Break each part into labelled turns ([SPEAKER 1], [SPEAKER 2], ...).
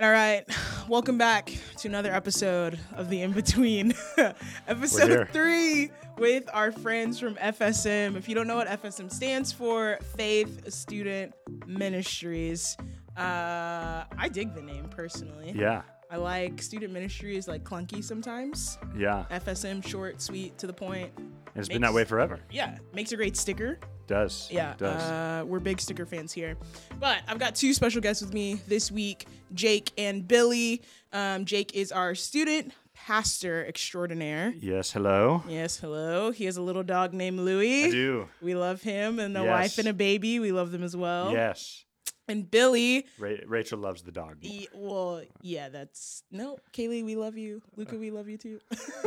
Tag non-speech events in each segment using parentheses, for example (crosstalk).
[SPEAKER 1] All right, (sighs) welcome back to another episode of the In Between, (laughs)
[SPEAKER 2] here.
[SPEAKER 1] episode three with our friends from FSM. If you don't know what FSM stands for, Faith Student Ministries. Uh, I dig the name personally.
[SPEAKER 2] Yeah,
[SPEAKER 1] I like student ministries like clunky sometimes.
[SPEAKER 2] yeah.
[SPEAKER 1] FSM short, sweet, to the point.
[SPEAKER 2] It's been that way forever.
[SPEAKER 1] Yeah, makes a great sticker.
[SPEAKER 2] Does
[SPEAKER 1] Yeah,
[SPEAKER 2] does
[SPEAKER 1] Uh, we're big sticker fans here. But I've got two special guests with me this week Jake and Billy. Um, Jake is our student pastor extraordinaire.
[SPEAKER 2] yes. Hello.
[SPEAKER 1] Yes, hello. He has a little dog named Louie.
[SPEAKER 2] I do.
[SPEAKER 1] We love him and a
[SPEAKER 2] Yes.
[SPEAKER 1] wife and a baby. We love them as well.
[SPEAKER 2] Yes.
[SPEAKER 1] And Billy,
[SPEAKER 2] Ra- Rachel loves the dog. more.
[SPEAKER 1] he- well, yeah, that's no. Kaylee, we love you. Luca, we love you too. (laughs)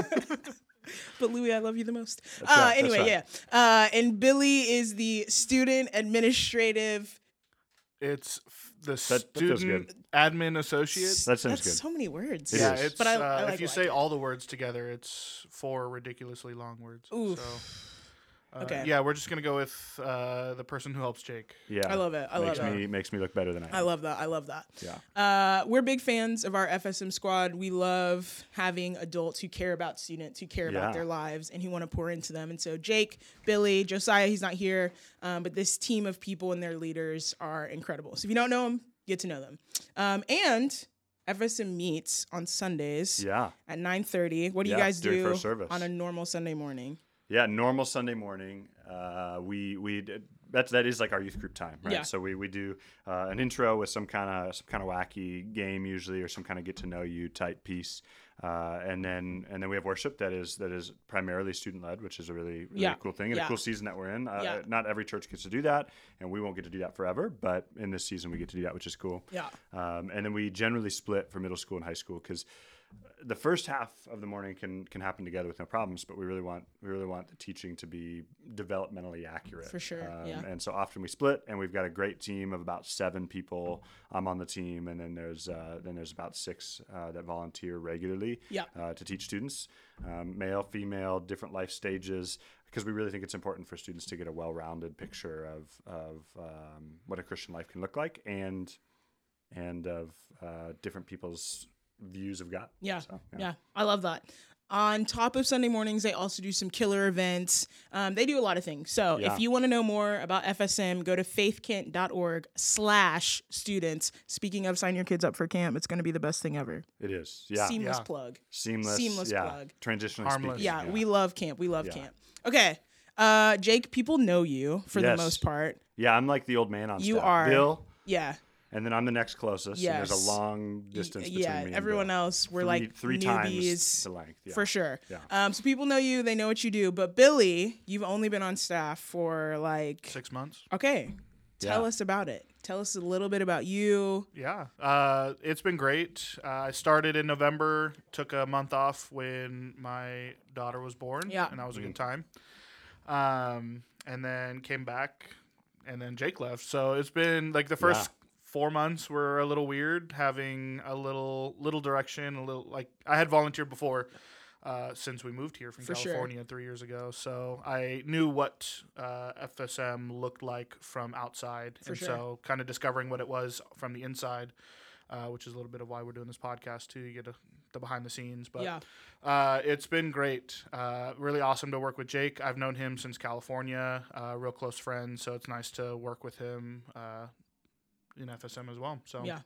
[SPEAKER 1] but Louie, I love you the most.
[SPEAKER 2] That's
[SPEAKER 1] Uh,
[SPEAKER 2] right, that's
[SPEAKER 1] anyway,
[SPEAKER 2] right.
[SPEAKER 1] yeah. Uh, and Billy is the student administrative
[SPEAKER 3] It's f- the
[SPEAKER 2] that feels
[SPEAKER 3] student admin associate.
[SPEAKER 2] That sounds
[SPEAKER 1] That's
[SPEAKER 2] good.
[SPEAKER 1] so many words.
[SPEAKER 2] It
[SPEAKER 3] yeah,
[SPEAKER 2] is.
[SPEAKER 3] it's
[SPEAKER 1] But I-
[SPEAKER 3] uh,
[SPEAKER 1] I like
[SPEAKER 3] if you
[SPEAKER 1] what I
[SPEAKER 3] say
[SPEAKER 1] did.
[SPEAKER 3] all the words together, it's four ridiculously long words.
[SPEAKER 1] Oof.
[SPEAKER 3] So, uh,
[SPEAKER 1] Okay.
[SPEAKER 3] Yeah, we're just gonna go with uh, the person who helps Jake.
[SPEAKER 2] yeah,
[SPEAKER 1] I love it. I love
[SPEAKER 2] makes
[SPEAKER 1] that.
[SPEAKER 2] me makes me look better than I. Am.
[SPEAKER 1] I love that. I love that.
[SPEAKER 2] Yeah.
[SPEAKER 1] Uh, we're big fans of our FSM squad. We love having adults who care about students, who care about
[SPEAKER 2] Yeah.
[SPEAKER 1] their lives, and who want to pour into them. And so Jake, Billy, Josiah, he's not here, um, but this team of people and their leaders are incredible. So if you don't know them, get to know them. Um, and FSM meets on Sundays
[SPEAKER 2] Yeah,
[SPEAKER 1] at 9.30. What do you
[SPEAKER 2] Yeah,
[SPEAKER 1] guys
[SPEAKER 2] during
[SPEAKER 1] do
[SPEAKER 2] first service.
[SPEAKER 1] on a normal Sunday morning?
[SPEAKER 2] yeah. Normal Sunday morning. Uh, we we d- that's that is like our youth group time, right?
[SPEAKER 1] Yeah.
[SPEAKER 2] So we we do uh, an intro with some kind of some kind of wacky game usually, or some kind of get to know you type piece. Uh, and then and then we have worship that is that is primarily student led, which is a really, really
[SPEAKER 1] Yeah.
[SPEAKER 2] cool thing and
[SPEAKER 1] Yeah.
[SPEAKER 2] a cool season that we're in. Uh,
[SPEAKER 1] Yeah.
[SPEAKER 2] Not every church gets to do that, and we won't get to do that forever. But in this season, we get to do that, which is cool.
[SPEAKER 1] Yeah.
[SPEAKER 2] Um, and then we generally split for middle school and high school because the first half of the morning can can happen together with no problems. But we really want we really want the teaching to be developmentally accurate Um,
[SPEAKER 1] For sure, yeah.
[SPEAKER 2] And so often we split, and we've got a great team of about seven people. I'm on the team, and then there's uh, then there's about six uh, that volunteer regularly
[SPEAKER 1] Yeah.
[SPEAKER 2] uh, to teach students, um, male, female, different life stages, because we really think it's important for students to get a well-rounded picture of of um, what a Christian life can look like and and of uh, different people's views of God.
[SPEAKER 1] Yeah,
[SPEAKER 2] So,
[SPEAKER 1] yeah. I love that. On top of Sunday mornings, they also do some killer events. Um, they do a lot of things. So
[SPEAKER 2] Yeah.
[SPEAKER 1] if you want to know more about FSM, go to faithkent.org slash students. Speaking of sign your kids up for camp, it's going to be the best thing ever.
[SPEAKER 2] It is. Yeah.
[SPEAKER 1] Seamless
[SPEAKER 3] Yeah.
[SPEAKER 1] plug.
[SPEAKER 2] seamless.
[SPEAKER 1] seamless
[SPEAKER 2] yeah.
[SPEAKER 1] plug.
[SPEAKER 2] Transitionally
[SPEAKER 3] Harmless.
[SPEAKER 2] speaking.
[SPEAKER 1] Yeah, we love camp. We love
[SPEAKER 2] Yeah.
[SPEAKER 1] camp. Okay. Uh, Jake, people know you for
[SPEAKER 2] Yes.
[SPEAKER 1] the most part.
[SPEAKER 2] Yeah, I'm like the old man on
[SPEAKER 1] You
[SPEAKER 2] staff.
[SPEAKER 1] are.
[SPEAKER 2] Bill,
[SPEAKER 1] Yeah.
[SPEAKER 2] and then I'm the next closest. and there's
[SPEAKER 1] Yes.
[SPEAKER 2] a long distance between
[SPEAKER 1] yeah.
[SPEAKER 2] me and
[SPEAKER 1] everyone
[SPEAKER 2] Bill.
[SPEAKER 1] else, we're
[SPEAKER 2] Three-
[SPEAKER 1] like
[SPEAKER 2] three
[SPEAKER 1] newbies.
[SPEAKER 2] times the length. Yeah.
[SPEAKER 1] for sure.
[SPEAKER 2] Yeah.
[SPEAKER 1] Um, so people know you, they know what you do. But Billy, you've only been on staff for like
[SPEAKER 3] Six months.
[SPEAKER 1] okay. Tell
[SPEAKER 2] Yeah.
[SPEAKER 1] us about it. Tell us a little bit about you.
[SPEAKER 3] Yeah, uh, it's been great. Uh, I started in November, took a month off when my daughter was born,
[SPEAKER 1] Yeah.
[SPEAKER 3] and that was a good time. Um, and then came back, and then Jake left. So it's been like the first four months were a little weird, having a little little direction, a little like I had volunteered before. Uh, since we moved here from
[SPEAKER 1] For sure.
[SPEAKER 3] California three years ago, so I knew what uh, FSM looked like from outside, and
[SPEAKER 1] sure.
[SPEAKER 3] so kind of discovering what it was from the inside, uh, which is a little bit of why we're doing this podcast too. You get a, the behind the scenes, but
[SPEAKER 1] Yeah.
[SPEAKER 3] uh, it's been great. Uh, really awesome to work with Jake. I've known him since California, uh, real close friend. So it's nice to work with him uh, in FSM as well. So
[SPEAKER 1] Yeah.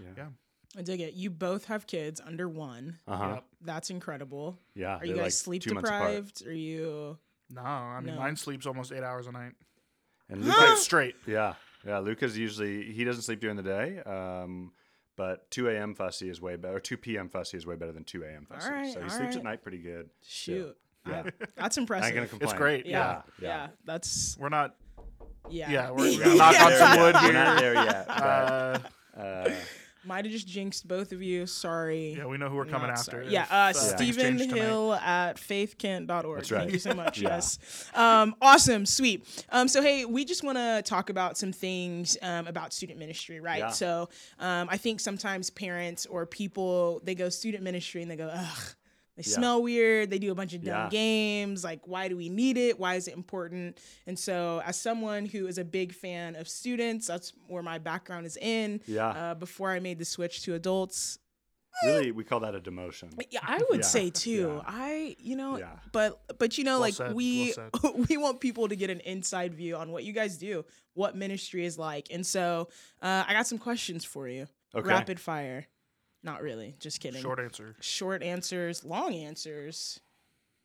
[SPEAKER 2] Yeah.
[SPEAKER 3] Yeah.
[SPEAKER 1] I dig it. You both have kids under one.
[SPEAKER 2] Uh huh.
[SPEAKER 3] Yep.
[SPEAKER 1] That's incredible.
[SPEAKER 2] Yeah.
[SPEAKER 1] Are you guys
[SPEAKER 2] they're like
[SPEAKER 1] sleep
[SPEAKER 2] two months apart.
[SPEAKER 1] deprived? Are you
[SPEAKER 3] no, I mean
[SPEAKER 1] No.
[SPEAKER 3] mine sleeps almost eight hours a night, (gasps)
[SPEAKER 2] And
[SPEAKER 1] Huh?
[SPEAKER 2] Luca-
[SPEAKER 3] Like, straight.
[SPEAKER 2] yeah, yeah. Luca's usually he doesn't sleep during the day. Um, but 2 a.m. fussy is way better. Or 2 p.m. fussy is way better than 2 a.m. fussy.
[SPEAKER 1] right,
[SPEAKER 2] so he
[SPEAKER 1] all
[SPEAKER 2] sleeps
[SPEAKER 1] right.
[SPEAKER 2] at night pretty good. (laughs)
[SPEAKER 1] shoot?
[SPEAKER 2] Yeah.
[SPEAKER 1] I- that's
[SPEAKER 2] I ain't
[SPEAKER 1] impressive.
[SPEAKER 2] gonna complain.
[SPEAKER 3] great,
[SPEAKER 1] yeah.
[SPEAKER 3] yeah,
[SPEAKER 1] Yeah. That's
[SPEAKER 3] We're not.
[SPEAKER 1] yeah. (laughs)
[SPEAKER 3] Yeah, we're,
[SPEAKER 2] We're
[SPEAKER 3] we're knock
[SPEAKER 2] not
[SPEAKER 3] on
[SPEAKER 2] there
[SPEAKER 3] some
[SPEAKER 2] yet.
[SPEAKER 3] wood
[SPEAKER 2] We're
[SPEAKER 3] here.
[SPEAKER 2] not there yet.
[SPEAKER 3] (laughs)
[SPEAKER 2] but,
[SPEAKER 3] Uh,
[SPEAKER 2] uh,
[SPEAKER 1] (clears throat) Might have just jinxed both of you. Sorry.
[SPEAKER 3] yeah, we know who we're coming
[SPEAKER 1] Not
[SPEAKER 3] after.
[SPEAKER 1] sorry.
[SPEAKER 3] if,
[SPEAKER 1] Yeah, uh,
[SPEAKER 3] uh, things
[SPEAKER 1] Stephen
[SPEAKER 3] change tonight.
[SPEAKER 1] Hill at faithkent.org.
[SPEAKER 2] That's right.
[SPEAKER 1] Thank you so much.
[SPEAKER 2] Yeah.
[SPEAKER 1] Yes. Um, awesome. Sweet. Um, so, hey, we just want to talk about some things um, about student ministry, right?
[SPEAKER 2] Yeah.
[SPEAKER 1] So, um, I think sometimes parents or people, they go student ministry and they go, ugh, They
[SPEAKER 2] Yeah.
[SPEAKER 1] smell weird. They do a bunch of dumb
[SPEAKER 2] Yeah.
[SPEAKER 1] games. Like, why do we need it? Why is it important? And so, as someone who is a big fan of students, that's where my background is in.
[SPEAKER 2] Yeah.
[SPEAKER 1] Uh, before I made the switch to adults,
[SPEAKER 2] really, we call that a demotion.
[SPEAKER 1] yeah, I would
[SPEAKER 2] Yeah.
[SPEAKER 1] say too.
[SPEAKER 2] Yeah.
[SPEAKER 1] I, you know,
[SPEAKER 2] Yeah.
[SPEAKER 1] but but you know,
[SPEAKER 3] Well
[SPEAKER 1] like
[SPEAKER 3] said,
[SPEAKER 1] we (laughs)
[SPEAKER 3] well
[SPEAKER 1] we want people to get an inside view on what you guys do, what ministry is like, and so uh, I got some questions for you.
[SPEAKER 2] Okay.
[SPEAKER 1] Rapid fire. Not really. Just kidding.
[SPEAKER 3] Short answer.
[SPEAKER 1] Short answers, long answers,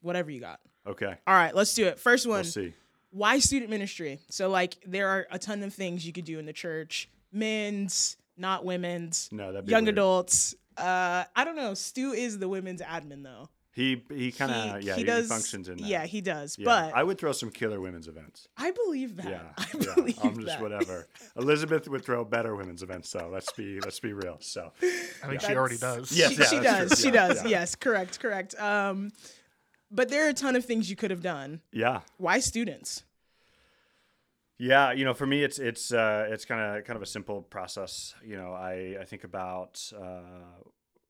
[SPEAKER 1] whatever you got.
[SPEAKER 2] Okay.
[SPEAKER 1] All right, let's do it. First one
[SPEAKER 2] We'll see.
[SPEAKER 1] why student ministry? So like there are a ton of things you could do in the church. Men's, not women's.
[SPEAKER 2] No, that'd be
[SPEAKER 1] young
[SPEAKER 2] weird.
[SPEAKER 1] adults. Uh, I don't know. Stu is the women's admin though.
[SPEAKER 2] He he kind of yeah he, functions in that.
[SPEAKER 1] Yeah, he does.
[SPEAKER 2] Yeah.
[SPEAKER 1] But
[SPEAKER 2] I
[SPEAKER 1] I,
[SPEAKER 2] would throw some killer women's events.
[SPEAKER 1] believe that.
[SPEAKER 2] Yeah,
[SPEAKER 1] (laughs) I
[SPEAKER 2] yeah,
[SPEAKER 1] believe
[SPEAKER 2] I'm just
[SPEAKER 1] that. (laughs)
[SPEAKER 2] whatever. Elizabeth would throw better women's events though. Let's be let's be real. So
[SPEAKER 3] I think she already
[SPEAKER 1] That's-
[SPEAKER 3] does.
[SPEAKER 1] (laughs)
[SPEAKER 2] Yes,
[SPEAKER 1] she,
[SPEAKER 2] yeah,
[SPEAKER 1] she
[SPEAKER 2] that's
[SPEAKER 1] does.
[SPEAKER 2] true.
[SPEAKER 1] She
[SPEAKER 2] Yeah,
[SPEAKER 1] does.
[SPEAKER 2] yeah.
[SPEAKER 1] Yes, correct, correct. Um, but there are a ton of things you could have done.
[SPEAKER 2] yeah,
[SPEAKER 1] Why students?
[SPEAKER 2] Yeah, you know, for me, it's it's uh, it's kind of kind of a simple process. You know, I I think about uh,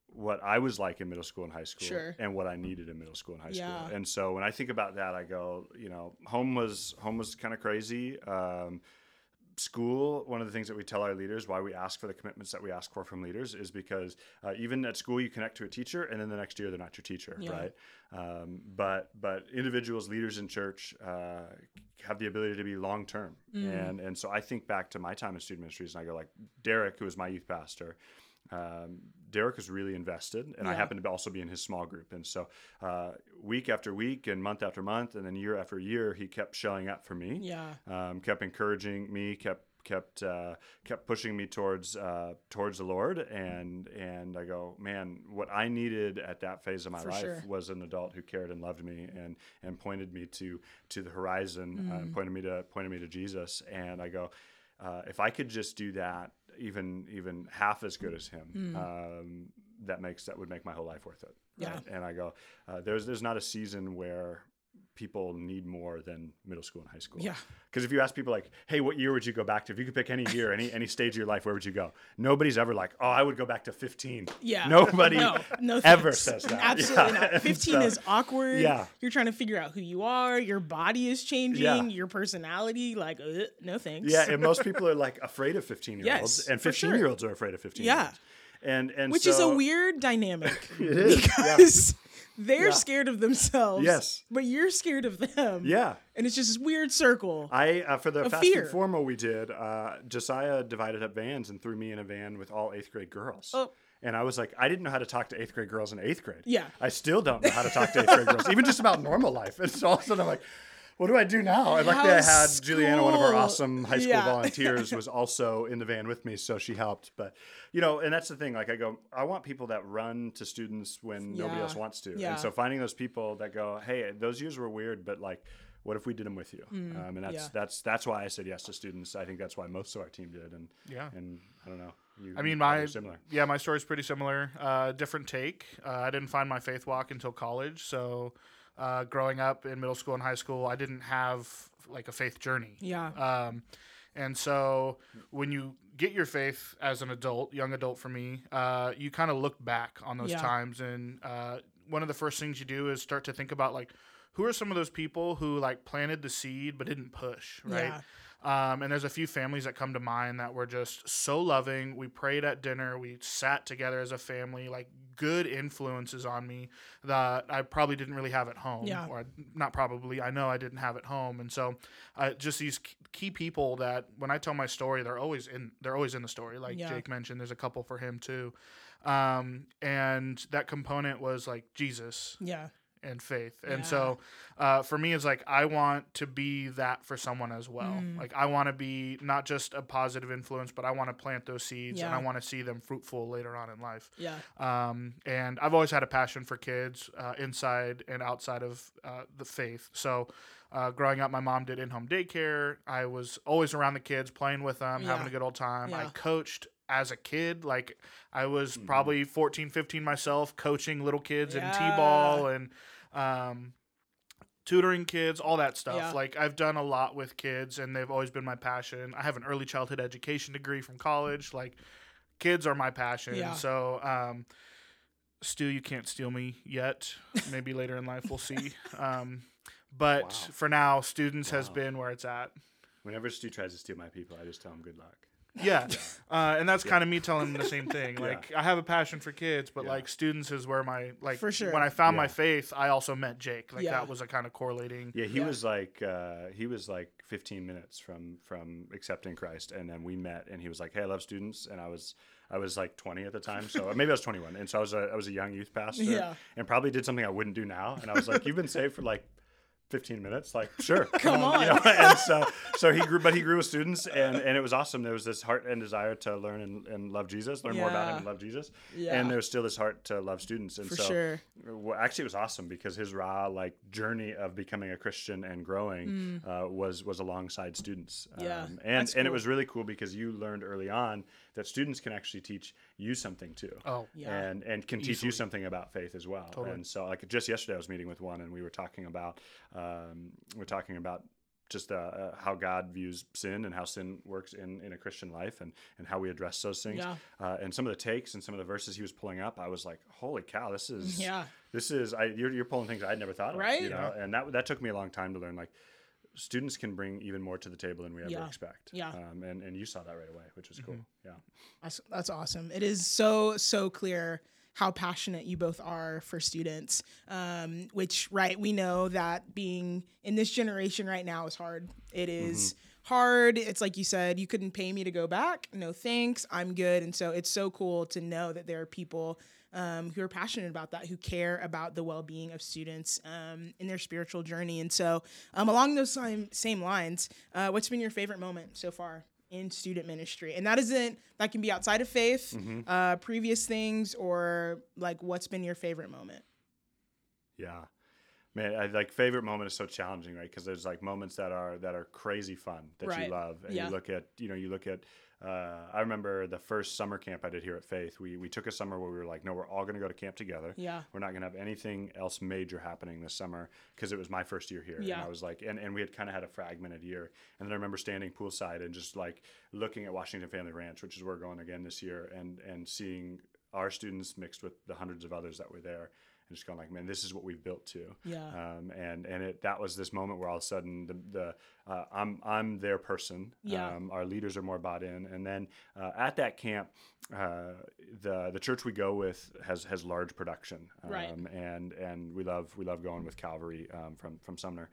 [SPEAKER 2] what I was like in middle school and high school,
[SPEAKER 1] Sure.
[SPEAKER 2] and what I needed in middle school and high
[SPEAKER 1] Yeah.
[SPEAKER 2] school. And so when I think about that, I go, you know, home was home was kind of crazy. Um, school one of the things that we tell our leaders why we ask for the commitments that we ask for from leaders is because uh, even at school you connect to a teacher and then the next year they're not your teacher
[SPEAKER 1] Yeah.
[SPEAKER 2] right um, but but individuals leaders in church uh, have the ability to be long term and and so i think back to my time in student ministries and i go like derek who was my youth pastor um, Derek is really invested, and I
[SPEAKER 1] Yeah.
[SPEAKER 2] happen to also be in his small group. And so, uh, week after week, and month after month, and then year after year, he kept showing up for me
[SPEAKER 1] Yeah.
[SPEAKER 2] um, kept encouraging me, kept kept uh, kept pushing me towards uh, towards the Lord, and and I go, man, what I needed at that phase of my
[SPEAKER 1] For
[SPEAKER 2] life
[SPEAKER 1] sure.
[SPEAKER 2] was an adult who cared and loved me, and and pointed me to to the horizon, uh,
[SPEAKER 1] Mm.
[SPEAKER 2] and pointed me to pointed me to Jesus, and I go. Uh, if I could just do that, even even half as good as him, um, that makes that would make my whole life worth it.
[SPEAKER 1] Mm. Yeah.
[SPEAKER 2] right? And I go, uh, there's there's not a season where people need more than middle school and high school.
[SPEAKER 1] Yeah.
[SPEAKER 2] Because if you ask people like, "Hey, what year would you go back to? If you could pick any year, any any stage of your life, where would you go?" Nobody's ever like, "Oh, I would go back to 15."
[SPEAKER 1] Yeah. (laughs)
[SPEAKER 2] Nobody
[SPEAKER 1] no, no
[SPEAKER 2] ever
[SPEAKER 1] thanks.
[SPEAKER 2] says
[SPEAKER 1] (laughs)
[SPEAKER 2] that.
[SPEAKER 1] Absolutely
[SPEAKER 2] Yeah. (laughs)
[SPEAKER 1] not. 15
[SPEAKER 2] So,
[SPEAKER 1] is awkward.
[SPEAKER 2] yeah.
[SPEAKER 1] You're trying to figure out who you are. Your body is changing.
[SPEAKER 2] Yeah.
[SPEAKER 1] Your personality. Like, uh, no thanks.
[SPEAKER 2] Yeah, and most people are like afraid of 15 year olds,
[SPEAKER 1] Yes,
[SPEAKER 2] and
[SPEAKER 1] for sure.
[SPEAKER 2] 15 year olds are afraid of 15.
[SPEAKER 1] Yeah.
[SPEAKER 2] And and
[SPEAKER 1] Which is a
[SPEAKER 2] so-
[SPEAKER 1] weird dynamic.
[SPEAKER 2] (laughs) It is. yeah.
[SPEAKER 1] because (laughs) they're
[SPEAKER 2] Yeah.
[SPEAKER 1] scared of themselves.
[SPEAKER 2] Yes.
[SPEAKER 1] But you're scared of them.
[SPEAKER 2] yeah.
[SPEAKER 1] And it's just this weird circle.
[SPEAKER 2] I uh, for the fast
[SPEAKER 1] fear.
[SPEAKER 2] and formal we did, uh, Josiah divided up vans and threw me in a van with all eighth grade girls.
[SPEAKER 1] Oh.
[SPEAKER 2] And I was like, I didn't know how to talk to eighth grade girls in eighth grade.
[SPEAKER 1] Yeah.
[SPEAKER 2] I still don't know how to talk to eighth grade girls, even just about normal life. And so all of a sudden I'm like, what do I do now? And luckily I had
[SPEAKER 1] How's
[SPEAKER 2] Juliana, one of our
[SPEAKER 1] school?
[SPEAKER 2] awesome high school
[SPEAKER 1] Yeah. (laughs)
[SPEAKER 2] volunteers, was also in the van with me, so she helped. But you know, and that's the thing. Like I go, I want people that run to students when nobody
[SPEAKER 1] Yeah.
[SPEAKER 2] else wants to.
[SPEAKER 1] Yeah.
[SPEAKER 2] And so finding those people that go, hey, those years were weird, but like, what if we did them with you? um, and that's
[SPEAKER 1] yeah.
[SPEAKER 2] that's that's why I said yes to students. I think that's why most of our team did. And
[SPEAKER 3] Yeah.
[SPEAKER 2] and I don't know. You,
[SPEAKER 3] I
[SPEAKER 2] you
[SPEAKER 3] mean,
[SPEAKER 2] probably
[SPEAKER 3] my
[SPEAKER 2] are similar.
[SPEAKER 3] yeah, my story's pretty similar. Uh, different take. Uh, I didn't find my faith walk until college. So, uh, growing up in middle school and high school, I didn't have like a faith journey.
[SPEAKER 1] Yeah.
[SPEAKER 3] Um, and so when you get your faith as an adult, young adult for me, uh, you kind of look back on those
[SPEAKER 1] Yeah.
[SPEAKER 3] times, and uh, one of the first things you do is start to think about like, who are some of those people who like planted the seed but didn't push, right? Um, and there's a few families that come to mind that were just so loving. We prayed at dinner. We sat together as a family. Like good influences on me that I probably didn't really have at home,
[SPEAKER 1] Yeah.
[SPEAKER 3] or not probably. I know I didn't have at home, and so uh, just these k- key people that when I tell my story, they're always in. They're always in the story. Like
[SPEAKER 1] Yeah.
[SPEAKER 3] Jake mentioned, there's a couple for him too, um, and that component was like Jesus
[SPEAKER 1] yeah.
[SPEAKER 3] and faith. And
[SPEAKER 1] Yeah.
[SPEAKER 3] so uh, for me, it's like I want to be that for someone as well.
[SPEAKER 1] Mm.
[SPEAKER 3] Like I want to be not just a positive influence, but I want to plant those seeds and
[SPEAKER 1] Yeah.
[SPEAKER 3] I want to see them fruitful later on in life.
[SPEAKER 1] Yeah.
[SPEAKER 3] Um, and I've always had a passion for kids uh, inside and outside of uh, the faith. So uh, growing up, my mom did in home daycare. I was always around the kids, playing with them, having
[SPEAKER 1] Yeah.
[SPEAKER 3] a good old time. I
[SPEAKER 1] Yeah.
[SPEAKER 3] coached as a kid like i was probably 14 15 myself coaching little kids in
[SPEAKER 1] Yeah.
[SPEAKER 3] t-ball and um, tutoring kids, all that stuff.
[SPEAKER 1] Yeah.
[SPEAKER 3] Like I've done a lot with kids and they've always been my passion. I have an early childhood education degree from college. Like kids are my passion.
[SPEAKER 1] Yeah.
[SPEAKER 3] So um Stu, you can't steal me
[SPEAKER 1] (laughs)
[SPEAKER 3] yet. Maybe later in life we'll see. Um, but
[SPEAKER 2] Wow.
[SPEAKER 3] for now, students has
[SPEAKER 2] Wow.
[SPEAKER 3] been where it's at.
[SPEAKER 2] Whenever Stu tries to steal my people, I just tell him good luck. (laughs)
[SPEAKER 3] Yeah, uh, and that's kind of me telling them the same thing. Like I have a passion for kids, but
[SPEAKER 2] Yeah.
[SPEAKER 3] like students is where my like
[SPEAKER 1] For sure.
[SPEAKER 3] when I found my
[SPEAKER 2] Yeah.
[SPEAKER 3] faith, I also met Jake. Like
[SPEAKER 1] Yeah.
[SPEAKER 3] that was a kind of correlating.
[SPEAKER 2] Yeah, he
[SPEAKER 1] Yeah.
[SPEAKER 2] was like uh, he was like 15 minutes from from accepting Christ, and then we met, and he was like, "Hey, I love students," and I was I was like 20 at the time, so maybe I was 21, and so I was a, I was a young youth pastor,
[SPEAKER 1] Yeah.
[SPEAKER 2] and probably did something I wouldn't do now, and I was like, "You've been saved for like." 15 minutes
[SPEAKER 1] (laughs)
[SPEAKER 2] like sure
[SPEAKER 1] Come
[SPEAKER 2] you
[SPEAKER 1] on.
[SPEAKER 2] know, (laughs) and so so he grew but he grew with students and and it was awesome there was this heart and desire to learn and, and love jesus learn more about him
[SPEAKER 1] Yeah.
[SPEAKER 2] and love jesus
[SPEAKER 1] Yeah.
[SPEAKER 2] and there was still this heart to love students and
[SPEAKER 1] For
[SPEAKER 2] so
[SPEAKER 1] sure.
[SPEAKER 2] well, actually, it was awesome because his raw like journey of becoming a Christian and growing uh, was was alongside students.
[SPEAKER 1] Hmm. Yeah,
[SPEAKER 2] and
[SPEAKER 1] that's
[SPEAKER 2] and it
[SPEAKER 1] cool.
[SPEAKER 2] was really cool because you learned early on that students can actually teach you something too.
[SPEAKER 3] Oh,
[SPEAKER 1] Yeah.
[SPEAKER 2] And and can teach you something about faith as well.
[SPEAKER 3] Totally.
[SPEAKER 2] And so, like just yesterday, I was meeting with one, and we were talking about um, we we're talking about just uh, uh, how God views sin and how sin works in, in a Christian life, and and how we address those things.
[SPEAKER 1] Yeah.
[SPEAKER 2] Uh, and some of the takes and some of the verses he was pulling up, I was like, "Holy cow, this is
[SPEAKER 1] Yeah.
[SPEAKER 2] this is I, you're, you're pulling things I'd never thought of,
[SPEAKER 1] Right?
[SPEAKER 2] You know, and that that took me a long time to learn. Like, students can bring even more to the table than we ever
[SPEAKER 1] Yeah.
[SPEAKER 2] expect.
[SPEAKER 1] Yeah.
[SPEAKER 2] um, and and you saw that right away, which was cool. Yeah,
[SPEAKER 1] That's, that's awesome. It is so, so clear how passionate you both are for students, um, which, right, we know that being in this generation right now is hard. It
[SPEAKER 2] Mm-hmm.
[SPEAKER 1] is hard. It's like you said, you couldn't pay me to go back. No thanks. I'm good. And so it's so cool to know that there are people um, who are passionate about that, who care about the well being of students um, in their spiritual journey. And so, um, along those same, same lines, uh, what's been your favorite moment so far? in student ministry and that isn't that can be outside of faith
[SPEAKER 3] Mm-hmm.
[SPEAKER 1] uh, previous things or like what's been your favorite moment
[SPEAKER 2] yeah. Man, I, like favorite moment is so challenging, right? Because there's like moments that are that are crazy fun that
[SPEAKER 1] Right.
[SPEAKER 2] you love, and
[SPEAKER 1] Yeah.
[SPEAKER 2] you look at you know you look at. Uh, I remember the first summer camp I did here at Faith. We we took a summer where we were like, no, we're all going to go to camp together.
[SPEAKER 1] yeah
[SPEAKER 2] we're not going to have anything else major happening this summer because it was my first year here and
[SPEAKER 1] Yeah.
[SPEAKER 2] i was like and, and we had kind of had a fragmented year and then i remember standing poolside and just like looking at washington family ranch which is where we're going again this year and and seeing our students mixed with the hundreds of others that were there and just going like man this is what we've built to
[SPEAKER 1] yeah
[SPEAKER 2] um, and and it that was this moment where all of a sudden the, the uh, I'm I'm their person.
[SPEAKER 1] Yeah.
[SPEAKER 2] Um, our leaders are more bought in, and then uh, at that camp, uh, the the church we go with has has large production. Um,
[SPEAKER 1] Right.
[SPEAKER 2] And and we love we love going with Calvary um, from from Sumner.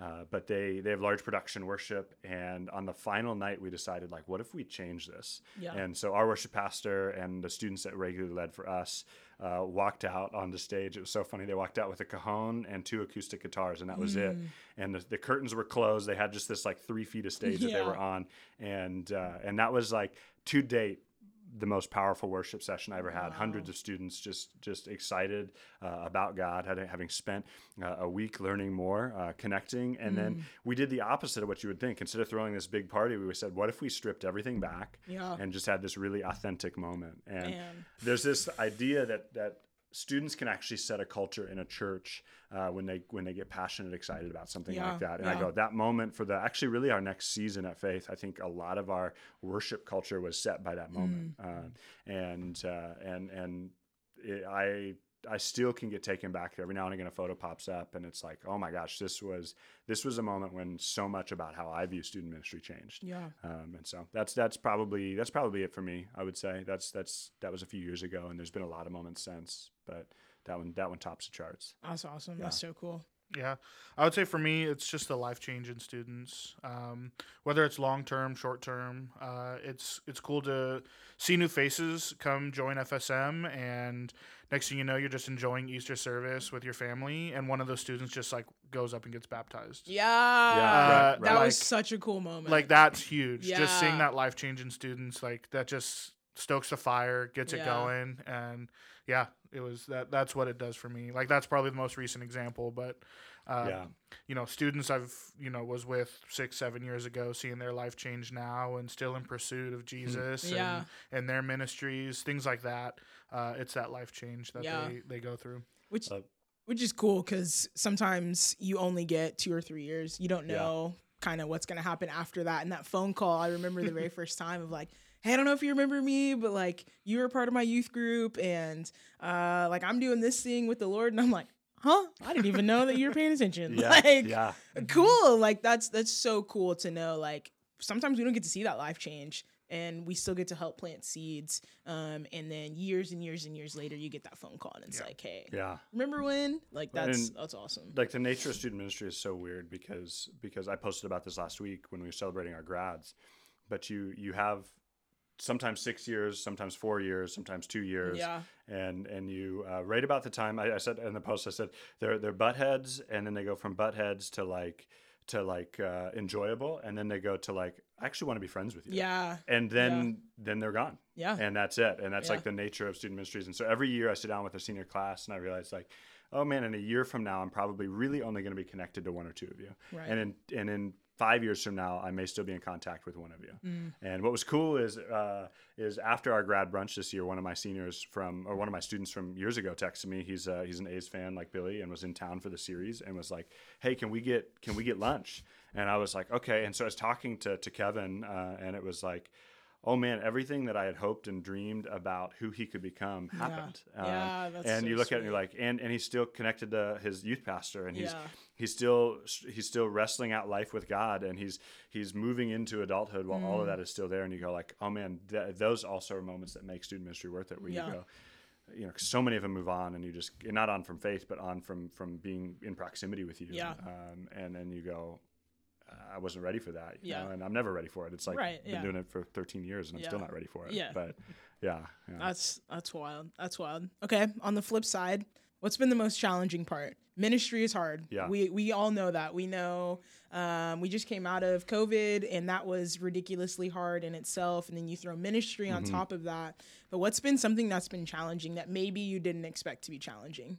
[SPEAKER 2] Uh, but they they have large production worship, and on the final night we decided like, what if we change this?
[SPEAKER 3] Uh,
[SPEAKER 1] Yeah.
[SPEAKER 2] And so our worship pastor and the students that regularly led for us uh, walked out on the stage. It was so funny. They walked out with a cajon and two acoustic guitars, and that was it.
[SPEAKER 1] Mm.
[SPEAKER 2] And the, the curtains were closed. They had just this like three feet of stage that they
[SPEAKER 1] Yeah.
[SPEAKER 2] were on, and uh, and that was like to date the most powerful worship session I ever had. Hundreds of students just just excited uh, about God, had- having spent uh, a week learning more, uh, connecting, and
[SPEAKER 1] Mm.
[SPEAKER 2] then we did the opposite of what you would think. Instead of throwing this big party, we said, "What if we stripped everything back
[SPEAKER 1] Yeah.
[SPEAKER 2] and just had this really authentic moment?" And
[SPEAKER 1] Man.
[SPEAKER 2] there's this idea that that students can actually set a culture in a church uh, when they when they get passionate excited about something
[SPEAKER 1] Yeah,
[SPEAKER 2] like that and i
[SPEAKER 1] yeah.
[SPEAKER 2] go that moment for the actually really our next season at faith i think a lot of our worship culture was set by that
[SPEAKER 1] Mm.
[SPEAKER 2] moment Um and uh, and and it, i I still can get taken back. Every now and again, a photo pops up, and it's like, "Oh my gosh, this was this was a moment when so much about how I view student ministry changed."
[SPEAKER 1] yeah
[SPEAKER 2] Um, and so that's that's probably that's probably it for me. I would say that's that's that was a few years ago, and there's been a lot of moments since, but that one that one tops the charts.
[SPEAKER 1] that's awesome that's so cool
[SPEAKER 3] Yeah, I would say for me, it's just the life change in students. Um, whether it's long term, short term, uh, it's it's cool to see new faces come join FSM, and next thing you know, you're just enjoying Easter service with your family, and one of those students just like goes up and gets baptized.
[SPEAKER 1] yeah,
[SPEAKER 2] Yeah,
[SPEAKER 1] that
[SPEAKER 3] right, right.
[SPEAKER 1] was
[SPEAKER 3] Like-
[SPEAKER 1] such a cool moment
[SPEAKER 3] Like that's huge. Just
[SPEAKER 1] Yeah.
[SPEAKER 3] seeing that life change in students, like that just stokes the fire, gets
[SPEAKER 1] Yeah.
[SPEAKER 3] it going, and yeah, it was that. That's what it does for me. Like that's probably the most recent example, but. Uh,
[SPEAKER 2] yeah,
[SPEAKER 3] you know students i've you know was with six seven years ago seeing their life change now and still in pursuit
[SPEAKER 2] Hmm.
[SPEAKER 3] of jesus
[SPEAKER 1] Yeah.
[SPEAKER 3] and, and their ministries things like that uh, it's that life change that
[SPEAKER 1] Yeah.
[SPEAKER 3] they, they go through
[SPEAKER 1] which
[SPEAKER 2] Uh,
[SPEAKER 1] which is cool because sometimes you only get two or three years you don't
[SPEAKER 2] Yeah. (laughs)
[SPEAKER 1] know kind of what's going to happen after that and that phone call i remember the very first time of like hey, I don't know if you remember me, but like you were part of my youth group and uh, like I'm doing this thing with the Lord. And I'm like, huh? I didn't even know that you were paying attention.
[SPEAKER 2] (laughs) Yeah,
[SPEAKER 1] (laughs) like, uh,
[SPEAKER 2] yeah.
[SPEAKER 1] cool. Like that's that's so cool to know. Like sometimes we don't get to see that life change, and we still get to help plant seeds. Um, and then years and years and years later, you get that phone call, and it's like, hey,
[SPEAKER 2] Yeah.
[SPEAKER 1] remember when? Like that's
[SPEAKER 2] And-
[SPEAKER 1] that's awesome.
[SPEAKER 2] like the nature of student ministry is so weird because because I posted about this last week when we were celebrating our grads, but you you have sometimes six years, sometimes four years, sometimes two years,
[SPEAKER 1] Yeah.
[SPEAKER 2] and and you uh, right about the time I, I said in the post I said they're they're butt heads and then they go from butt heads to like to like uh, enjoyable and then they go to like I actually want to be friends with you
[SPEAKER 1] Yeah,
[SPEAKER 2] and then then they're gone
[SPEAKER 1] Yeah.
[SPEAKER 2] and that's it and that's
[SPEAKER 1] Yeah.
[SPEAKER 2] like the nature of student ministries and so every year i sit down with a senior class and i realize like oh man in a year from now i'm probably really only going to be connected to one or two of you
[SPEAKER 1] Right.
[SPEAKER 2] and in and in five years from now i may still be in contact with one of you
[SPEAKER 1] Mm.
[SPEAKER 2] and what was cool is uh, is after our grad brunch this year one of my seniors from or one of my students from years ago texted me he's uh, he's an a's fan like billy and was in town for the series and was like hey can we get can we get lunch and i was like okay and so i was talking to, to kevin uh, and it was like oh man, everything that I had hoped and dreamed about who he could become happened. Um,
[SPEAKER 1] Yeah, that's
[SPEAKER 2] and
[SPEAKER 1] so
[SPEAKER 2] you look at it and you're
[SPEAKER 1] sweet.
[SPEAKER 2] like, and, and he's still connected to his youth pastor and he's,
[SPEAKER 1] Yeah.
[SPEAKER 2] he's still, he's still wrestling out life with God and he's, he's moving into adulthood while all of
[SPEAKER 1] Mm.
[SPEAKER 2] that is still there. And you go like, oh man, th- those also are moments that make student ministry worth it where
[SPEAKER 1] Yeah.
[SPEAKER 2] you go, you know, 'cause so many of them move on and you just, not on from faith, but on from, from being in proximity with you.
[SPEAKER 1] Yeah.
[SPEAKER 2] Um, and then you go, I wasn't ready for that. You
[SPEAKER 1] Yeah.
[SPEAKER 2] Know? And I'm never ready for it. It's like
[SPEAKER 1] Right,
[SPEAKER 2] been
[SPEAKER 1] yeah.
[SPEAKER 2] doing it for 13 years and I'm still
[SPEAKER 1] Yeah.
[SPEAKER 2] not ready for it.
[SPEAKER 1] Yeah.
[SPEAKER 2] But yeah. yeah.
[SPEAKER 1] that's that's wild. That's wild. Okay, on the flip side, what's been the most challenging part? Ministry is hard.
[SPEAKER 2] Yeah.
[SPEAKER 1] we we all know that. We know. Um, we just came out of COVID, and that was ridiculously hard in itself. And then you throw ministry on
[SPEAKER 2] Mm-hmm.
[SPEAKER 1] top of that. But what's been something that's been challenging that maybe you didn't expect to be challenging?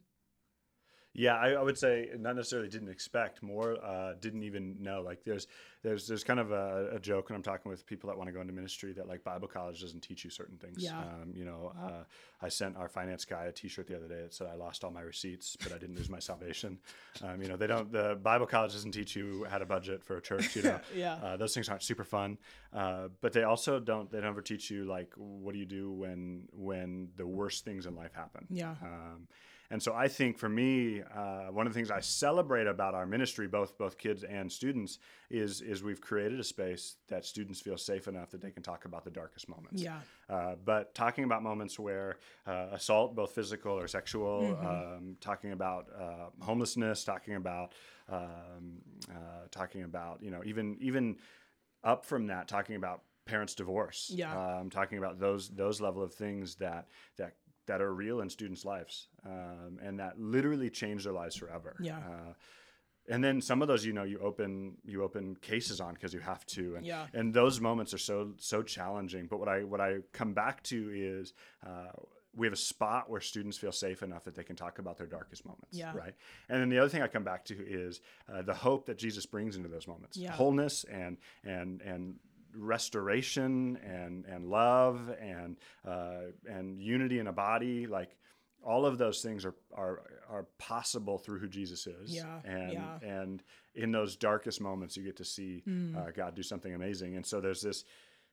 [SPEAKER 2] Yeah, I, I would say not necessarily didn't expect more, uh, didn't even know. Like there's there's there's kind of a, a joke when I'm talking with people that want to go into ministry that like Bible college doesn't teach you certain things.
[SPEAKER 1] Yeah.
[SPEAKER 2] Um, you know, uh, I sent our finance guy a T-shirt the other day that said I lost all my receipts, but I didn't lose my salvation. Um, you know, they don't. The Bible college doesn't teach you how to budget for a church. You know,
[SPEAKER 1] (laughs) Yeah.
[SPEAKER 2] Uh, those things aren't super fun, uh, but they also don't. They don't ever teach you like what do you do when when the worst things in life happen.
[SPEAKER 1] Yeah.
[SPEAKER 2] Um, and so I think for me, uh, one of the things I celebrate about our ministry, both both kids and students, is is we've created a space that students feel safe enough that they can talk about the darkest moments.
[SPEAKER 1] Yeah.
[SPEAKER 2] Uh, but talking about moments where uh, assault, both physical or sexual,
[SPEAKER 1] Mm-hmm.
[SPEAKER 2] um, talking about uh, homelessness, talking about um, uh, talking about you know even even up from that, talking about parents' divorce.
[SPEAKER 1] Yeah.
[SPEAKER 2] um, talking about those those level of things that that that are real in students' lives um, and that literally change their lives forever.
[SPEAKER 1] Yeah.
[SPEAKER 2] Uh, and then some of those you know you open you open cases on because you have to and
[SPEAKER 1] Yeah.
[SPEAKER 2] and those moments are so so challenging but what i what i come back to is uh, we have a spot where students feel safe enough that they can talk about their darkest moments
[SPEAKER 1] Yeah.
[SPEAKER 2] right and then the other thing i come back to is uh, the hope that jesus brings into those moments
[SPEAKER 1] Yeah.
[SPEAKER 2] wholeness and and and restoration and and love and uh, and unity in a body like all of those things are, are are possible through who Jesus is,
[SPEAKER 1] Yeah,
[SPEAKER 2] and
[SPEAKER 1] yeah. Mm-hmm.
[SPEAKER 2] and in those darkest moments, you get to see
[SPEAKER 1] Mm.
[SPEAKER 2] uh, God do something amazing. And so there's this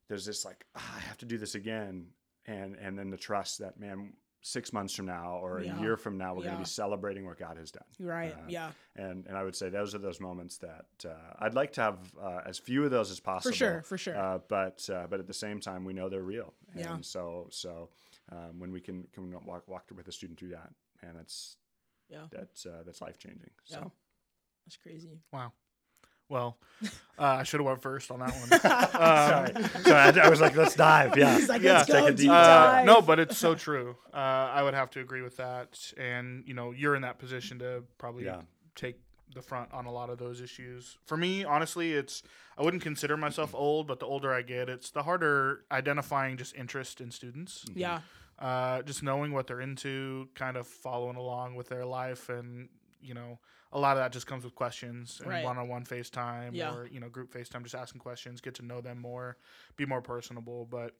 [SPEAKER 2] there's this like "Ah, I have to do this again, and and then the trust that man, six months from now or
[SPEAKER 1] Yeah.
[SPEAKER 2] a year from now, we're going
[SPEAKER 1] Yeah.
[SPEAKER 2] to be celebrating what God has done.
[SPEAKER 1] Right.
[SPEAKER 2] Uh,
[SPEAKER 1] yeah.
[SPEAKER 2] And and I would say those are those moments that uh, I'd like to have uh, as few of those as possible.
[SPEAKER 1] sure, for sure.
[SPEAKER 2] Uh, but uh, but at the same time, we know they're real. And
[SPEAKER 1] Yeah.
[SPEAKER 2] So so um, when we can can walk walk with a student through that, and that's
[SPEAKER 1] Yeah.
[SPEAKER 2] that's uh, that's life changing. So.
[SPEAKER 1] Yeah. That's crazy.
[SPEAKER 3] Wow.
[SPEAKER 1] (laughs)
[SPEAKER 3] Well, uh, I should have went first on that one. Um,
[SPEAKER 2] Sorry. Sorry, Um, I, I was like, let's dive.
[SPEAKER 1] (laughs)
[SPEAKER 2] Yeah.
[SPEAKER 1] He's like,
[SPEAKER 3] Yeah.
[SPEAKER 1] let's
[SPEAKER 2] Take
[SPEAKER 1] go
[SPEAKER 2] a
[SPEAKER 1] deep
[SPEAKER 2] deep
[SPEAKER 1] dive.
[SPEAKER 2] dive.
[SPEAKER 3] Uh, no, but it's so true. Uh, I would have to agree with that. And you know, you're in that position to probably
[SPEAKER 2] Yeah.
[SPEAKER 3] take the front on a lot of those issues. For me, honestly, it's I wouldn't consider myself old, but the older I get, it's the harder identifying just interest in students.
[SPEAKER 1] Yeah.
[SPEAKER 3] Uh, just knowing what they're into, kind of following along with their life, and you know, a lot of that just comes with questions and
[SPEAKER 1] Right.
[SPEAKER 3] one-on-one FaceTime
[SPEAKER 1] Yeah.
[SPEAKER 3] or you know, group FaceTime. Just asking questions, get to know them more, be more personable. But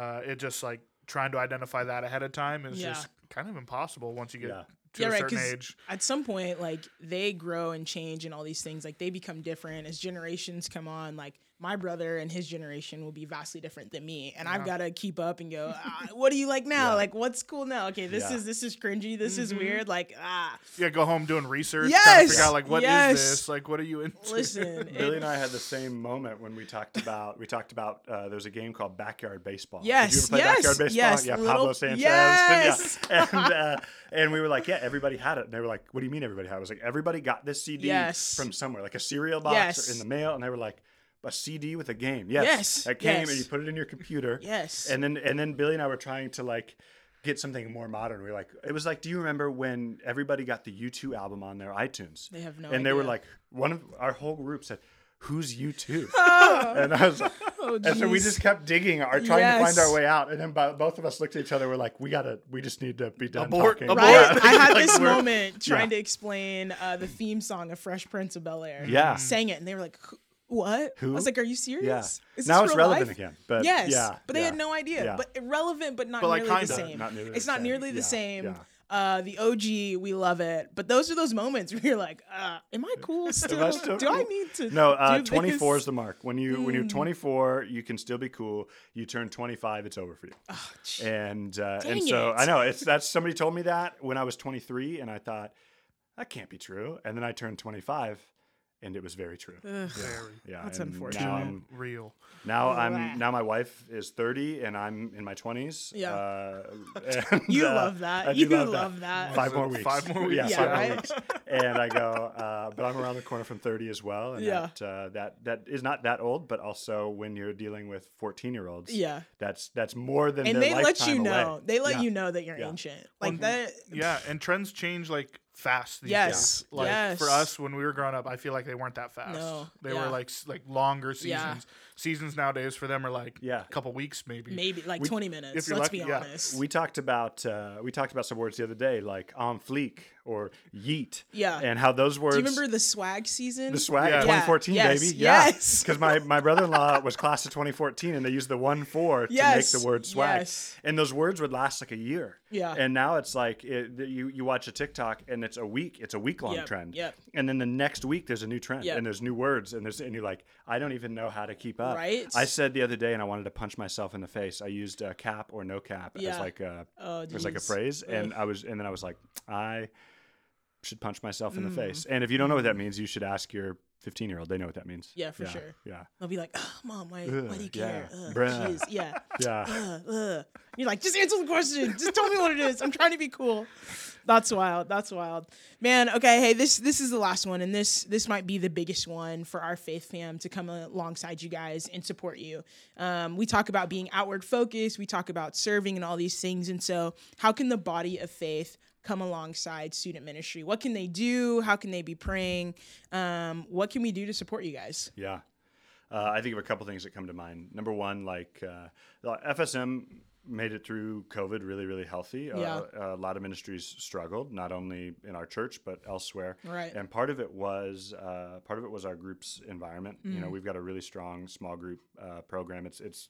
[SPEAKER 3] uh, it just like trying to identify that ahead of time is
[SPEAKER 1] Yeah.
[SPEAKER 3] just kind of impossible once you get
[SPEAKER 2] Yeah.
[SPEAKER 3] to
[SPEAKER 1] Yeah,
[SPEAKER 3] a
[SPEAKER 1] right,
[SPEAKER 3] certain
[SPEAKER 1] 'cause-
[SPEAKER 3] age.
[SPEAKER 1] at some point like they grow and change and all these things like they become different as generations come on like my brother and his generation will be vastly different than me, and I've got to keep up and go. Ah, what do you like now?
[SPEAKER 2] Yeah.
[SPEAKER 1] Like what's cool now? Okay, this
[SPEAKER 2] Yeah.
[SPEAKER 1] is this is cringy. This is weird. Like ah,
[SPEAKER 3] Yeah, go home doing research. trying to
[SPEAKER 1] Yes!
[SPEAKER 3] figure out like what is
[SPEAKER 1] Yes!
[SPEAKER 3] this? Like what are you into?
[SPEAKER 1] listen,
[SPEAKER 2] Billy
[SPEAKER 1] it-
[SPEAKER 2] and I had the same moment when we talked about we talked about uh, there's a game called backyard baseball. Did you
[SPEAKER 1] Yes,
[SPEAKER 2] ever play
[SPEAKER 1] yes,
[SPEAKER 2] backyard baseball?
[SPEAKER 1] yes,
[SPEAKER 2] yeah,
[SPEAKER 1] little-
[SPEAKER 2] Pablo Sanchez. (laughs)
[SPEAKER 1] yes.
[SPEAKER 2] Yeah. And uh, and we were like, yeah, everybody had it. And they were like, what do you mean everybody had it? I was like, everybody got this CD
[SPEAKER 1] Yes.
[SPEAKER 2] from somewhere, like a cereal box
[SPEAKER 1] Yes.
[SPEAKER 2] or in the mail. And they were like, a CD with a game. Yes,
[SPEAKER 1] Yes,
[SPEAKER 2] that came and
[SPEAKER 1] yes.
[SPEAKER 2] you put it in your computer.
[SPEAKER 1] Yes.
[SPEAKER 2] And then and then Billy and I were trying to like. Get something more modern. We were like, it was like, do you remember when everybody got the U2 album on their iTunes?
[SPEAKER 1] They have no
[SPEAKER 2] And they were
[SPEAKER 1] idea.
[SPEAKER 2] like, one of our whole group said, "Who's
[SPEAKER 1] (laughs)
[SPEAKER 2] you two? and I was like, and so we
[SPEAKER 1] Oh. jeez.
[SPEAKER 2] just kept digging, or trying to find
[SPEAKER 1] Yes.
[SPEAKER 2] our way out. And then bo- both of us looked at each other. We're like, we gotta, we just need to be done
[SPEAKER 3] Abort,
[SPEAKER 2] talking.
[SPEAKER 3] abort.
[SPEAKER 1] Right?
[SPEAKER 2] (laughs)
[SPEAKER 3] Borat.
[SPEAKER 1] I had
[SPEAKER 3] Like,
[SPEAKER 1] this
[SPEAKER 3] we're-
[SPEAKER 1] moment trying
[SPEAKER 2] Yeah.
[SPEAKER 1] to explain uh, the theme song of Fresh Prince of Bel Air.
[SPEAKER 2] Yeah.
[SPEAKER 1] Sang it, and they were like, "Who- what? I
[SPEAKER 2] Who?
[SPEAKER 1] was like, are you serious?
[SPEAKER 2] Yeah.
[SPEAKER 1] Is this
[SPEAKER 2] now it's
[SPEAKER 1] real
[SPEAKER 2] relevant
[SPEAKER 1] life?"
[SPEAKER 2] again. But
[SPEAKER 1] yes.
[SPEAKER 2] yeah,
[SPEAKER 1] but they had
[SPEAKER 2] yeah.
[SPEAKER 1] no idea.
[SPEAKER 2] Yeah.
[SPEAKER 1] But relevant, but not
[SPEAKER 3] But, like,
[SPEAKER 1] nearly the
[SPEAKER 3] kinda.
[SPEAKER 1] same.
[SPEAKER 2] Not nearly the
[SPEAKER 1] it's not
[SPEAKER 2] same.
[SPEAKER 1] nearly the
[SPEAKER 2] Yeah,
[SPEAKER 1] same.
[SPEAKER 2] yeah.
[SPEAKER 1] Uh, the OG, we love it. But those are those moments (laughs) where you're like, uh, am I cool still?
[SPEAKER 2] Am I still
[SPEAKER 1] Do I
[SPEAKER 2] cool?
[SPEAKER 1] need to?
[SPEAKER 2] No, uh,
[SPEAKER 1] do
[SPEAKER 2] 24
[SPEAKER 1] this? Hmm.
[SPEAKER 2] is the mark. When you when you're 24, you can still be cool. You turn 25, it's over for you.
[SPEAKER 1] Oh, gee.
[SPEAKER 2] and uh, and
[SPEAKER 1] Dang
[SPEAKER 2] so
[SPEAKER 1] it.
[SPEAKER 2] I know it's that's somebody told me that when I was 23, and I thought that can't be true. And then I turned 25, and it was very true.
[SPEAKER 3] Very
[SPEAKER 2] Yeah,
[SPEAKER 1] That's
[SPEAKER 2] and
[SPEAKER 1] unfortunate.
[SPEAKER 2] Now I'm,
[SPEAKER 3] real.
[SPEAKER 2] now,
[SPEAKER 1] Blah.
[SPEAKER 2] I'm now my wife is 30, and I'm in my 20s.
[SPEAKER 1] Yeah. (laughs)
[SPEAKER 2] uh, and,
[SPEAKER 1] You
[SPEAKER 2] uh,
[SPEAKER 1] love that.
[SPEAKER 2] I do
[SPEAKER 1] you
[SPEAKER 2] love
[SPEAKER 1] that.
[SPEAKER 2] that. Five
[SPEAKER 3] So
[SPEAKER 2] more weeks.
[SPEAKER 3] five more
[SPEAKER 2] Yeah,
[SPEAKER 3] weeks,
[SPEAKER 1] yeah,
[SPEAKER 2] five more
[SPEAKER 1] right?
[SPEAKER 2] weeks. And I go, uh, but I'm around the corner from 30 as well. And
[SPEAKER 1] Yeah.
[SPEAKER 2] that, uh, that that is not that old, but also when you're dealing with 14 year olds,
[SPEAKER 1] Yeah.
[SPEAKER 2] that's that's more than
[SPEAKER 1] And
[SPEAKER 2] their
[SPEAKER 1] they let
[SPEAKER 2] lifetime
[SPEAKER 1] you know.
[SPEAKER 2] away.
[SPEAKER 1] They let
[SPEAKER 2] Yeah.
[SPEAKER 1] you know that you're
[SPEAKER 2] Yeah. Mm-hmm.
[SPEAKER 1] ancient. Like that.
[SPEAKER 3] Yeah, and trends change like fast these
[SPEAKER 1] Yes,
[SPEAKER 3] days. Like for
[SPEAKER 1] yes.
[SPEAKER 3] us when we were growing up, I feel like they weren't that fast.
[SPEAKER 1] No,
[SPEAKER 3] They
[SPEAKER 1] yeah.
[SPEAKER 3] were like s- like longer seasons.
[SPEAKER 1] Yeah.
[SPEAKER 3] Seasons nowadays for them are like
[SPEAKER 2] Yeah.
[SPEAKER 3] a couple weeks maybe.
[SPEAKER 1] maybe like
[SPEAKER 2] We-
[SPEAKER 1] 20 minutes.
[SPEAKER 3] if
[SPEAKER 1] Let's
[SPEAKER 3] you're
[SPEAKER 1] be
[SPEAKER 3] lucky, yeah.
[SPEAKER 1] honest.
[SPEAKER 2] We talked about uh, we talked about some words the other day, like on fleek or yeet.
[SPEAKER 1] Yeah.
[SPEAKER 2] And how those words
[SPEAKER 1] Do you remember the swag season?
[SPEAKER 2] The swag,
[SPEAKER 3] Yeah.
[SPEAKER 2] 2014,
[SPEAKER 1] Yeah.
[SPEAKER 2] baby.
[SPEAKER 1] Yes.
[SPEAKER 2] Yeah.
[SPEAKER 1] Yes. (laughs)
[SPEAKER 2] Because my, my brother in law was class of 2014, and they used the one four to
[SPEAKER 1] Yes.
[SPEAKER 2] make the word swag.
[SPEAKER 1] Yes.
[SPEAKER 2] And those words would last like a year.
[SPEAKER 1] Yeah.
[SPEAKER 2] And now it's like it, that you, you watch a TikTok and it's a week, it's a week long
[SPEAKER 1] Yep,
[SPEAKER 2] trend.
[SPEAKER 1] yep.
[SPEAKER 2] And then the next week there's a new trend
[SPEAKER 1] Yep.
[SPEAKER 2] and there's new words and there's and you're like, I don't even know how to keep up.
[SPEAKER 1] Right?
[SPEAKER 2] I said the other day, and I wanted to punch myself in the face. I used uh, cap or no cap as
[SPEAKER 1] Yeah.
[SPEAKER 2] like a
[SPEAKER 1] Oh,
[SPEAKER 2] as like a
[SPEAKER 1] jeez.
[SPEAKER 2] phrase, and I was and then I was like, I should punch myself
[SPEAKER 1] Mm-hmm.
[SPEAKER 2] in the face. And if you don't know what that means, you should ask your 15 year old. They know what that means.
[SPEAKER 1] Yeah, for
[SPEAKER 2] yeah,
[SPEAKER 1] sure.
[SPEAKER 2] Yeah.
[SPEAKER 1] They'll be like, oh, mom, why, why do you
[SPEAKER 2] yeah.
[SPEAKER 1] care? Ugh,
[SPEAKER 2] Bruh.
[SPEAKER 1] jeez, yeah. (laughs)
[SPEAKER 2] Yeah.
[SPEAKER 1] Ugh, ugh. uh, You're like, just answer the question. Just tell me what it is. I'm trying to be cool. That's wild. That's wild, man. Okay, hey, this this is the last one, and this this might be the biggest one for our faith fam to come alongside you guys and support you. Um, we talk about being outward focused. We talk about serving and all these things. And so, how can the body of faith come alongside student ministry? What can they do? How can they be praying? Um, what can we do to support you guys?
[SPEAKER 2] Yeah. Uh, I think of a couple things that come to mind. Number one, like uh, FSM made it through COVID really, really healthy.
[SPEAKER 1] Yeah.
[SPEAKER 2] Uh, a lot of ministries struggled, not only in our church but elsewhere.
[SPEAKER 1] Right.
[SPEAKER 2] And part of it was uh, part of it was our group's environment. You
[SPEAKER 1] Mm.
[SPEAKER 2] know, we've got a really strong small group uh, program. It's it's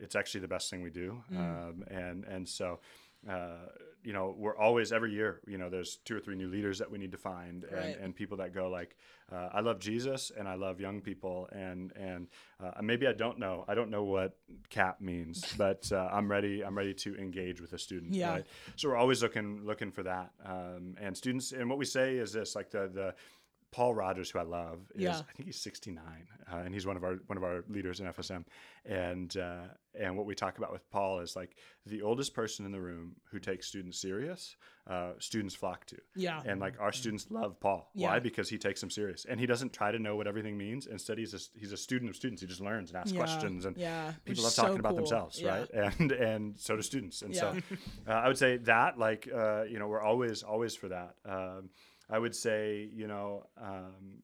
[SPEAKER 2] it's actually the best thing we do.
[SPEAKER 1] Mm.
[SPEAKER 2] Um, and and so. Uh, you know, we're always every year. You know, there's two or three new leaders that we need to find, and,
[SPEAKER 1] Right.
[SPEAKER 2] and people that go like, uh, I love Jesus and I love young people, and and uh, maybe I don't know, I don't know what
[SPEAKER 1] (laughs)
[SPEAKER 2] CAP means, but uh, I'm ready. I'm ready to engage with a student.
[SPEAKER 1] Yeah.
[SPEAKER 2] right? So we're always looking looking for that. Um, and students, and what we say is this: like the the Paul Rogers, who I love, is
[SPEAKER 1] Yeah.
[SPEAKER 2] I think he's 69, uh, and he's one of our one of our leaders in FSM. And uh, and what we talk about with Paul is like the oldest person in the room who takes students serious, uh, students flock to.
[SPEAKER 1] Yeah. Mm.
[SPEAKER 2] And like our students love Paul.
[SPEAKER 1] Yeah.
[SPEAKER 2] Why? Because he takes them serious, and he doesn't try to know what everything means. Instead, he's a, he's a student of students. He just learns and asks
[SPEAKER 1] Yeah.
[SPEAKER 2] questions, and
[SPEAKER 1] Yeah. Which
[SPEAKER 2] people
[SPEAKER 1] is
[SPEAKER 2] love
[SPEAKER 1] so
[SPEAKER 2] talking about
[SPEAKER 1] cool.
[SPEAKER 2] themselves,
[SPEAKER 1] Yeah.
[SPEAKER 2] right? (laughs) And and so do students. And
[SPEAKER 1] Yeah.
[SPEAKER 2] so (laughs) uh, I would say that like uh, you know we're always always for that. Um, I would say you know. Um,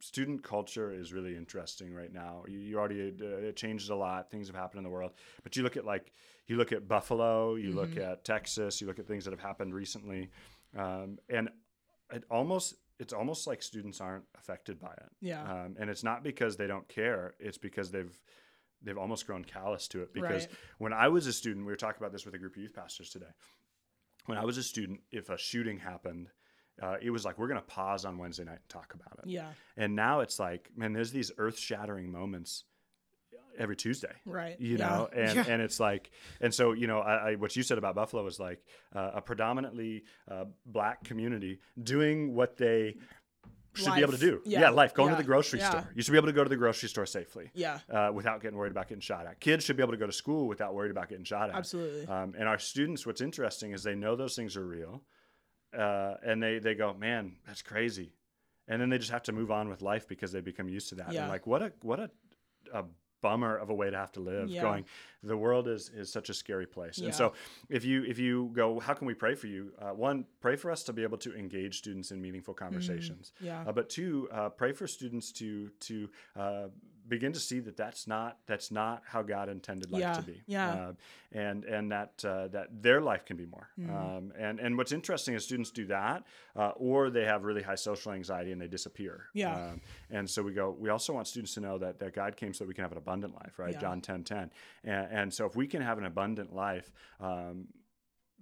[SPEAKER 2] Student culture is really interesting right now. You, you already uh, it changes a lot. Things have happened in the world, but you look at like you look at Buffalo, you look
[SPEAKER 1] Mm-hmm.
[SPEAKER 2] at Texas, you look at things that have happened recently, um, and it almost it's almost like students aren't affected by it.
[SPEAKER 1] Yeah.
[SPEAKER 2] Um, and it's not because they don't care; it's because they've they've almost grown callous to it. Because
[SPEAKER 1] Right.
[SPEAKER 2] when I was a student, we were talking about this with a group of youth pastors today. When I was a student, if a shooting happened uh, it was like we're going to pause on Wednesday night and talk about it.
[SPEAKER 1] Yeah.
[SPEAKER 2] And now it's like, man, there's these earth-shattering moments every Tuesday
[SPEAKER 1] Right.
[SPEAKER 2] you
[SPEAKER 1] yeah.
[SPEAKER 2] know and
[SPEAKER 1] Yeah.
[SPEAKER 2] and it's like and so you know I, I what you said about buffalo is like uh, a predominantly uh, black community doing what they should be able to
[SPEAKER 1] Life.
[SPEAKER 2] do
[SPEAKER 1] Yeah.
[SPEAKER 2] yeah, life going to
[SPEAKER 1] Yeah.
[SPEAKER 2] the grocery
[SPEAKER 1] Yeah.
[SPEAKER 2] store you should be able to go to the grocery store safely
[SPEAKER 1] yeah.
[SPEAKER 2] uh, without getting worried about getting shot at kids should be able to go to school without worried about getting shot at
[SPEAKER 1] Absolutely.
[SPEAKER 2] um, and our students what's interesting is they know those things are real uh, and they they go man that's crazy and then they just have to move on with life because they become used to that
[SPEAKER 1] Yeah.
[SPEAKER 2] and like what a what a, a bummer of a way to have to live
[SPEAKER 1] Yeah.
[SPEAKER 2] going the world is is such a scary place
[SPEAKER 1] Yeah.
[SPEAKER 2] and so if you if you go how can we pray for you uh, one pray for us to be able to engage students in meaningful conversations
[SPEAKER 1] yeah.
[SPEAKER 2] uh, but two, uh, pray for students to to uh, begin to see that that's not that's not how God intended life
[SPEAKER 1] Yeah,
[SPEAKER 2] to be.
[SPEAKER 1] yeah.
[SPEAKER 2] Uh, and and that uh, that their life can be more.
[SPEAKER 1] Mm.
[SPEAKER 2] Um, and and what's interesting is students do that, uh, or they have really high social anxiety and they disappear.
[SPEAKER 1] Yeah.
[SPEAKER 2] Um, and so we go. We also want students to know that that God came so that we can have an abundant life, right?
[SPEAKER 1] Yeah.
[SPEAKER 2] John ten ten. And, and so if we can have an abundant life. Um,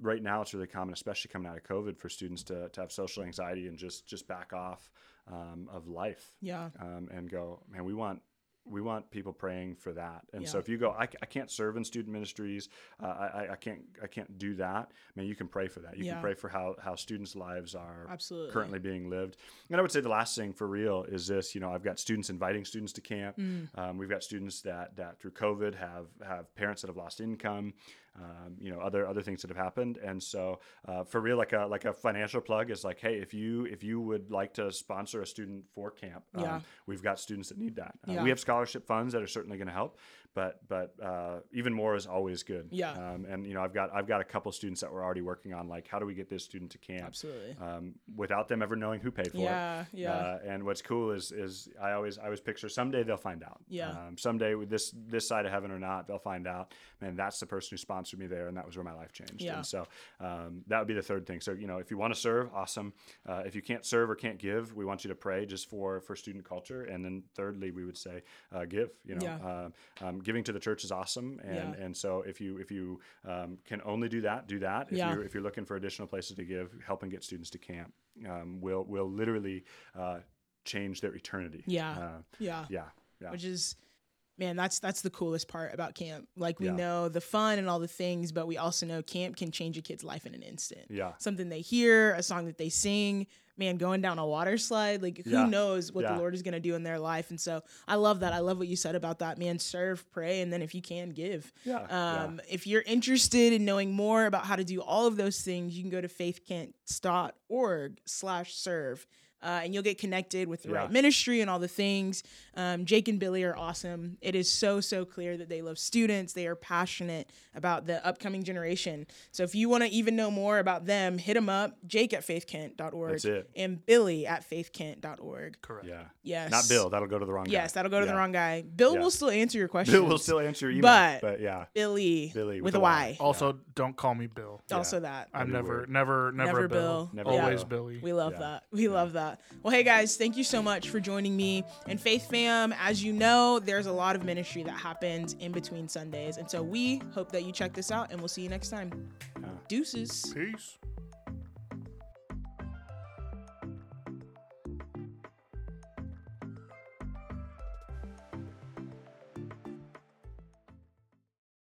[SPEAKER 2] right now it's really common, especially coming out of COVID, for students to, to have social anxiety and just just back off um, of life
[SPEAKER 1] yeah.
[SPEAKER 2] um, and go, man, we want we want people praying for that. And so
[SPEAKER 1] Yeah.
[SPEAKER 2] if you go, I, c- I can't serve in student ministries, uh, I, I- I can't I can't do that. I mean, you can pray for that. You
[SPEAKER 1] Yeah.
[SPEAKER 2] can pray for how how students' lives are
[SPEAKER 1] Absolutely.
[SPEAKER 2] currently being lived. And I would say the last thing for real is this. You know, I've got students inviting students to camp.
[SPEAKER 1] Mm.
[SPEAKER 2] Um, we've got students that that through COVID have have parents that have lost income. Um, you know, other other things that have happened. And so uh, for real, like a like a financial plug is like, hey, if you if you would like to sponsor a student for camp, um,
[SPEAKER 1] Yeah.
[SPEAKER 2] we've got students that need that. Uh,
[SPEAKER 1] Yeah.
[SPEAKER 2] We have scholarship funds that are certainly going to help, but but uh, even more is always good.
[SPEAKER 1] Yeah.
[SPEAKER 2] Um, and you know, I've got I've got a couple students that we're already working on, like how do we get this student to camp?
[SPEAKER 1] Absolutely.
[SPEAKER 2] um, without them ever knowing who paid for it.
[SPEAKER 1] Yeah. Yeah.
[SPEAKER 2] Uh, and what's cool is is I always I always picture someday they'll find out.
[SPEAKER 1] Yeah.
[SPEAKER 2] Um, someday with this this side of heaven or not, they'll find out. Man, that's the person who sponsored me there, and that was where my life changed.
[SPEAKER 1] Yeah.
[SPEAKER 2] And so um, that would be the third thing. So you know, if you want to serve, awesome. Uh, if you can't serve or can't give, we want you to pray just for for student culture. And then thirdly, we would say uh, give. You know,
[SPEAKER 1] Yeah.
[SPEAKER 2] um, um, giving to the church is awesome. And
[SPEAKER 1] Yeah.
[SPEAKER 2] and so if you if you um, can only do that, do that. If
[SPEAKER 1] Yeah.
[SPEAKER 2] you're if you're looking for additional places to give, help and get students to camp. Um, will will literally uh, change their eternity.
[SPEAKER 1] Yeah.
[SPEAKER 2] Uh,
[SPEAKER 1] yeah.
[SPEAKER 2] yeah. Yeah.
[SPEAKER 1] which is man that's that's the coolest part about camp like we
[SPEAKER 2] Yeah.
[SPEAKER 1] know the fun and all the things but we also know camp can change a kid's life in an instant
[SPEAKER 2] Yeah.
[SPEAKER 1] something they hear a song that they sing man going down a water slide like who
[SPEAKER 2] Yeah.
[SPEAKER 1] knows what
[SPEAKER 2] Yeah.
[SPEAKER 1] the lord is going to do in their life and so i love that i love what you said about that man serve pray and then if you can give
[SPEAKER 2] Yeah. Yeah.
[SPEAKER 1] um, if you're interested in knowing more about how to do all of those things, you can go to faithkent.org slash serve. Uh, and you'll get connected with the
[SPEAKER 2] Yeah.
[SPEAKER 1] right ministry and all the things. Um, Jake and Billy are awesome. It is so, so clear that they love students. They are passionate about the upcoming generation. So if you want to even know more about them, hit them up, jake at faithkent.org
[SPEAKER 2] That's it.
[SPEAKER 1] and billy at faithkent.org.
[SPEAKER 3] Correct.
[SPEAKER 2] Yeah.
[SPEAKER 1] Yes.
[SPEAKER 2] Not Bill. That'll go to the wrong. guy.
[SPEAKER 1] Yes, that'll go to the
[SPEAKER 2] Yeah.
[SPEAKER 1] wrong guy. Bill
[SPEAKER 2] Yeah.
[SPEAKER 1] will still answer your questions.
[SPEAKER 2] (laughs) Bill will still answer your email,
[SPEAKER 1] But-
[SPEAKER 2] but, yeah.
[SPEAKER 1] Billy,
[SPEAKER 2] Billy
[SPEAKER 1] with, a Y.
[SPEAKER 2] Oh,
[SPEAKER 3] Also, don't call me Bill.
[SPEAKER 1] Also that.
[SPEAKER 3] I'm
[SPEAKER 2] That'd be
[SPEAKER 3] never,
[SPEAKER 2] weird.
[SPEAKER 3] never, never,
[SPEAKER 1] Never
[SPEAKER 3] a Bill.
[SPEAKER 1] Bill. Never
[SPEAKER 3] Always
[SPEAKER 2] Bill.
[SPEAKER 3] Billy.
[SPEAKER 1] We love
[SPEAKER 2] Yeah.
[SPEAKER 1] that. We love that. Well, hey guys, thank you so much for joining me. And Faith Fam, as you know, there's a lot of ministry that happens in between Sundays. And so we hope that you check this out and we'll see you next time. Deuces.
[SPEAKER 3] Peace.